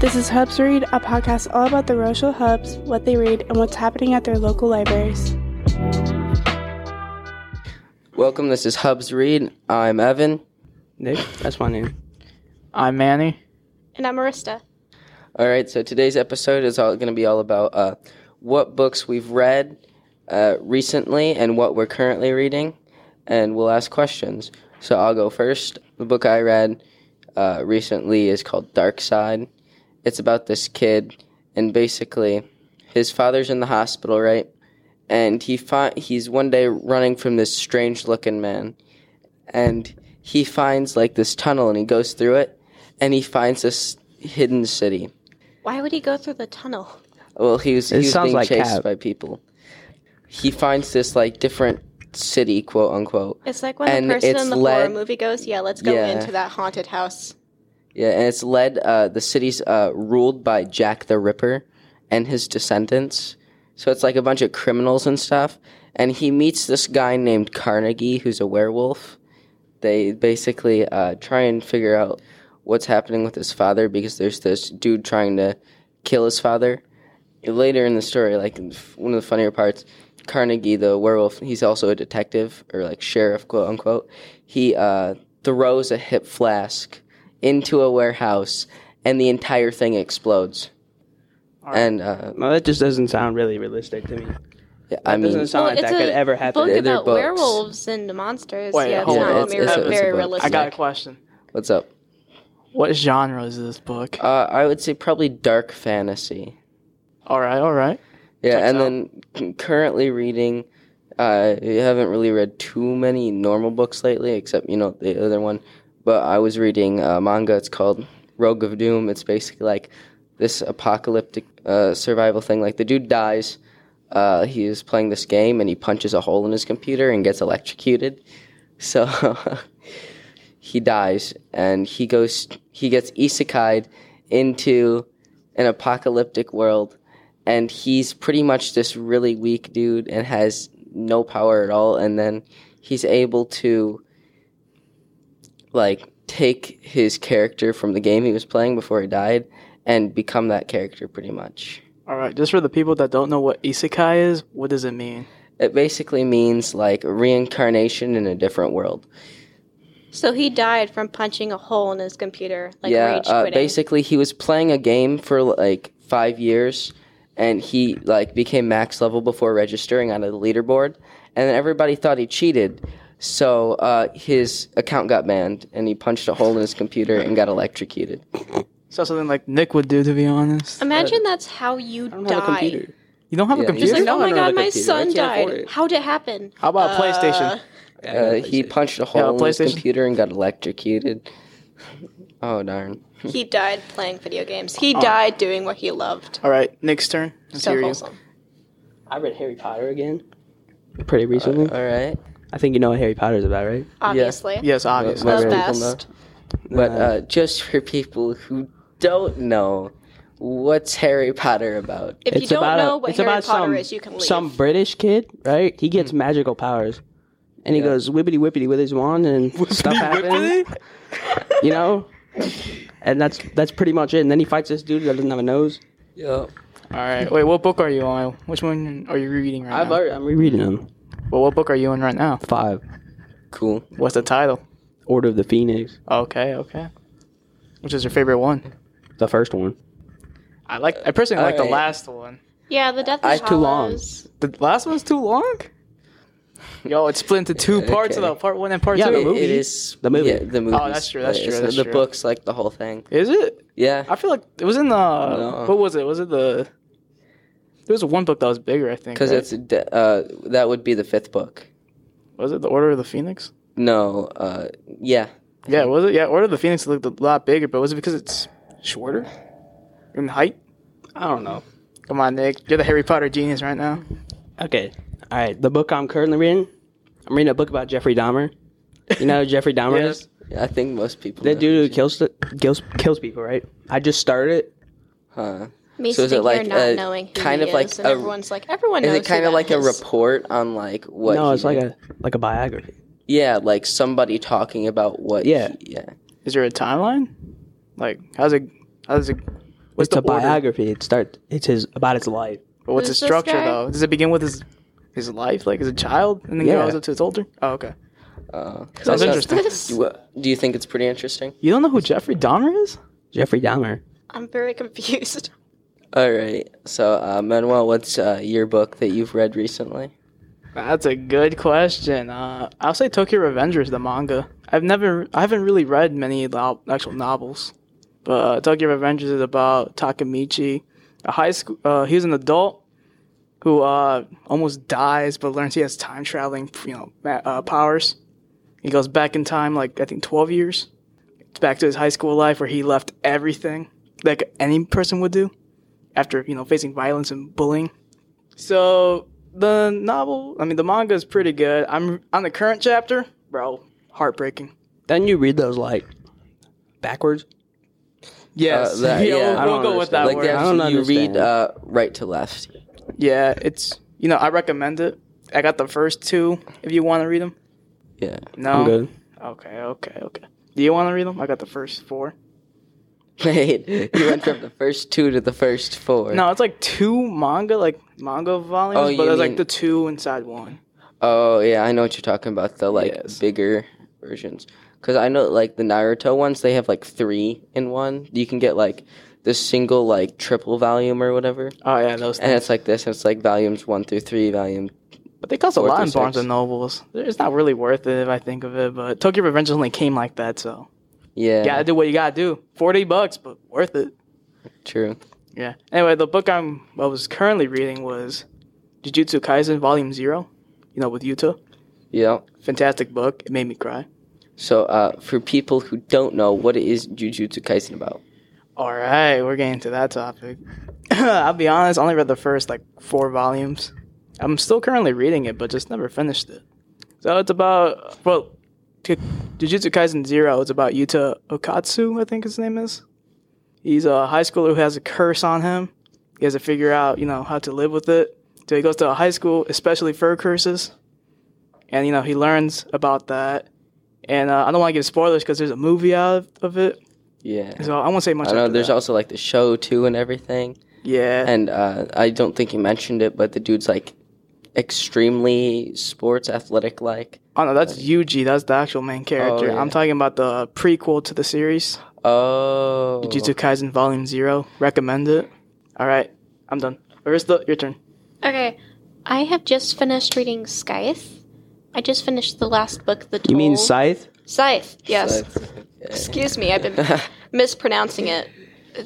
This is Hubs Read, a podcast all about the Rochelle Hubs, what they read, and what's happening at their local libraries. Welcome, this is Hubs Read. I'm Evan. Nick, that's my name. I'm Manny. And I'm Arista. All right, so today's episode is all going to be all about uh, what books we've read uh, recently and what we're currently reading, and we'll ask questions. So I'll go first. The book I read uh, recently is called Dark Side. It's about this kid, and basically, his father's in the hospital, right? And he fi- he's one day running from this strange-looking man, and he finds like this tunnel, and he goes through it, and he finds this hidden city. Why would he go through the tunnel? Well, he was, he It was sounds being like chased Cap. by people. He finds this like different city, quote unquote. It's like when And the person it's in the lead- horror movie goes, "Yeah, let's go Yeah. into that haunted house." Yeah, and it's led. Uh, the city's uh, ruled by Jack the Ripper and his descendants. So it's like a bunch of criminals and stuff. And he meets this guy named Carnegie, who's a werewolf. They basically uh, try and figure out what's happening with his father because there's this dude trying to kill his father. Later in the story, like f- one of the funnier parts, Carnegie, the werewolf, he's also a detective or like sheriff, quote unquote. He uh, throws a hip flask into a warehouse, and the entire thing explodes. And uh, No, that just doesn't sound really realistic to me. yeah, That I mean, doesn't sound Well, like it's that could a ever happen. Book They're about books. werewolves and monsters. Wait, yeah, it's hold not on. very, It's a- it's a very book. realistic. I got a question. what's up? What genre is this book? Uh, I would say probably dark fantasy. all right, all right. Yeah, Checks and out. then c- currently reading, uh, I haven't really read too many normal books lately, except you know the other one. But I was reading a manga. It's called Rogue of Doom. It's basically like this apocalyptic uh, survival thing. Like the dude dies. Uh, he is playing this game and he punches a hole in his computer and gets electrocuted. So he dies and he goes. He gets isekai'd into an apocalyptic world and he's pretty much this really weak dude and has no power at all and then he's able to like take his character from the game he was playing before he died and become that character pretty much All right, just for the people that don't know what isekai is, what does it mean? it basically means like reincarnation in a different world So he died from punching a hole in his computer, like rage uh, quitting. basically he was playing a game for like five years, and he like became max level before registering on the leaderboard, and then everybody thought he cheated, so uh, his account got banned, and he punched a hole in his computer and got electrocuted. So something like Nick would do, to be honest. Imagine that's how you I don't die. have a computer. You don't have Yeah, a Just computer. like, No, oh my I don't have god, a my computer. I son can't afford died. it." How'd it happen? How about Uh, PlayStation? Yeah, I Uh, don't he PlayStation. punched a hole Yeah, in his PlayStation. computer and got electrocuted. Oh darn! He died playing video games. He Oh. died doing what he loved. All right, Nick's turn. Let's So hear you. wholesome. I read Harry Potter again pretty recently. All right, I think you know what Harry Potter's about, right? Obviously. Yes, obviously. The Most people know. best. but Uh, uh, just for people who don't know, what's Harry Potter about? If you don't about a- know what it's Harry about Potter some, is, you can leave. Some British kid, right? He gets magical powers. And he Yeah. goes whippity whippity with his wand and stuff happens. You know? And that's that's pretty much it. And then he fights this dude that doesn't have a nose. Yeah. All right. Wait, what book are you on? Which one are you reading right I've now? already, I'm rereading him. well, what book are you on right now? Five. Cool. What's the title? Order of the Phoenix. Okay, okay. Which is your favorite one? The first one. I like. I personally All like right. the last one. Yeah, the Deathly Eyes too long. Hallows. The last one's too long. Yo, it's split into two parts Okay. though. Part one and part Yeah, two. the It- movie. It is The movie. Yeah, the movie. Oh, that's true, that's true, that's the true. books, like the whole thing. Is it? Yeah. I feel like it was in the. No. What was it? Was it the? There was one book that was bigger, I think. Because right? it's de- uh, that would be the fifth book. was it the Order of the Phoenix? No. Uh, yeah. Yeah, was it? Yeah, Order of the Phoenix looked a lot bigger, but was it because it's shorter in height? I don't know. Come on, Nick, you're the Harry Potter genius right now. Okay. All right. The book I'm currently reading, I'm reading a book about Jeffrey Dahmer. You know who Jeffrey Dahmer is? I think most people. That know. dude who kills, the, kills kills people, right? I just started it. Huh. Me So is it sitting like here not a- knowing who kind he of like is, and a- everyone's like everyone Is knows it kind of like a report? report on like what? no, he it's like did? a like a biography. yeah, like somebody talking about what. Yeah. he- yeah. Is there a timeline? Like, how's it? How's it? What's it's the a order? biography. It starts. It's his about his life. But what's Who's his this structure guy? though? Does it begin with his his life, like as a child, and then Yeah. grows up to his older? Oh, okay. Uh, Sounds that's- interesting. Do you- do you think it's pretty interesting? You don't know who Jeffrey Dahmer is? Jeffrey Dahmer. I'm very confused. All right. So, uh, Manuel, what's uh, your book that you've read recently? That's a good question. Uh, I'll say Tokyo Revengers, the manga. I've never, I haven't really read many lo- actual novels, but uh, Tokyo Revengers is about Takamichi, a high school. Uh, he's an adult who uh, almost dies, but learns he has time traveling, you know, ma- uh, powers. He goes back in time, like I think twelve years, back to his high school life where he left everything, like any person would do, after you know facing violence and bullying. So the novel, I mean, the manga is pretty good. I'm on the current chapter, bro. Heartbreaking. Then you read those like backwards. Yes. Uh, that- yeah, yeah, I we'll, don't we'll go with that like word. the I don't actual- you read understand. uh, right to left. yeah, it's you know I recommend it. I got the first two. If you want to read them, Yeah. no. I'm good. Okay, okay, okay. Do you want to read them? I got the first four. Wait, you went from the first two to the first four. No, it's like two manga, like manga volumes, Oh, but you there's like mean- the two inside one. Oh yeah, I know what you're talking about. The like Yes. bigger versions. Because I know like the Naruto ones, they have like three in one. You can get like the single like triple volume or whatever, Oh yeah, those. and Things. it's like this. And it's like volumes one through three, volume. But they cost a four lot through in Barnes six. and Nobles. It's not really worth it if I think of it. But Tokyo Revenge only came like that, so Yeah, gotta do what you gotta do. Forty bucks, but worth it. true. Yeah. Anyway, the book I'm I was currently reading was Jujutsu Kaisen Volume Zero. You know, with Yuta. Yeah. Fantastic book. It made me cry. So uh, for people who don't know, what is Jujutsu Kaisen about? All right, we're getting to that topic. I'll be honest. I only read the first like four volumes. I'm still currently reading it, but just never finished it. So it's about well, Ju- Jujutsu Kaisen Zero. It's about Yuta Okatsu. I think his name is. He's a high schooler who has a curse on him. He has to figure out, you know, how to live with it. So he goes to a high school, especially for curses, and you know he learns about that. And uh, I don't want to give spoilers because there's a movie out of it, Yeah. so I won't say much. I know after there's that. also like the show too and everything. yeah. And uh, I don't think you mentioned it, but the dude's like extremely sports athletic like. Oh no, that's Yuji. That's the actual main character. Oh, yeah. I'm talking about the prequel to the series, Oh. Jujutsu Kaisen Volume Zero. Recommend it. All right, I'm done. Arista, your turn. Okay, I have just finished reading Scythe. I just finished the last book, The Toll. You mean Scythe? Scythe? Yes. Scythe. Excuse me, I've been mispronouncing it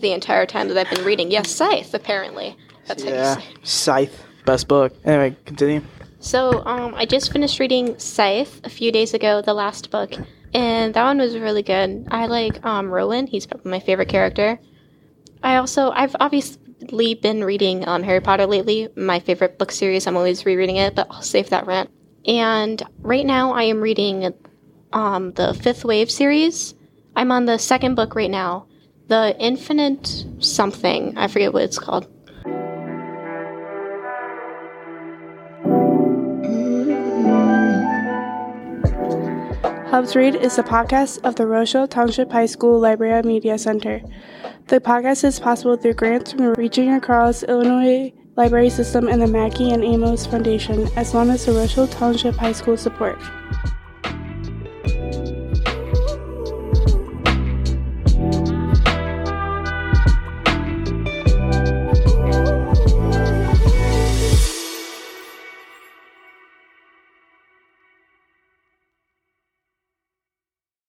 the entire time that I've been reading. Yes, Scythe, apparently. That's how you say it. Scythe, best book. Anyway, continue. So, um, I just finished reading Scythe a few days ago, the last book, and that one was really good. I like um, Rowan; he's probably my favorite character. I also, I've obviously been reading um, Harry Potter lately, my favorite book series. I'm always rereading it, but I'll save that rant. And right now, I am reading um, the Fifth Wave series. I'm on the second book right now, the Infinite something. I forget what it's called. Hubs Read is the podcast of the Rochelle Township High School Library and Media Center. The podcast is possible through grants from the Reaching Across Illinois Library System and the Mackey and Amos Foundation, as well as the Rochelle Township High School support.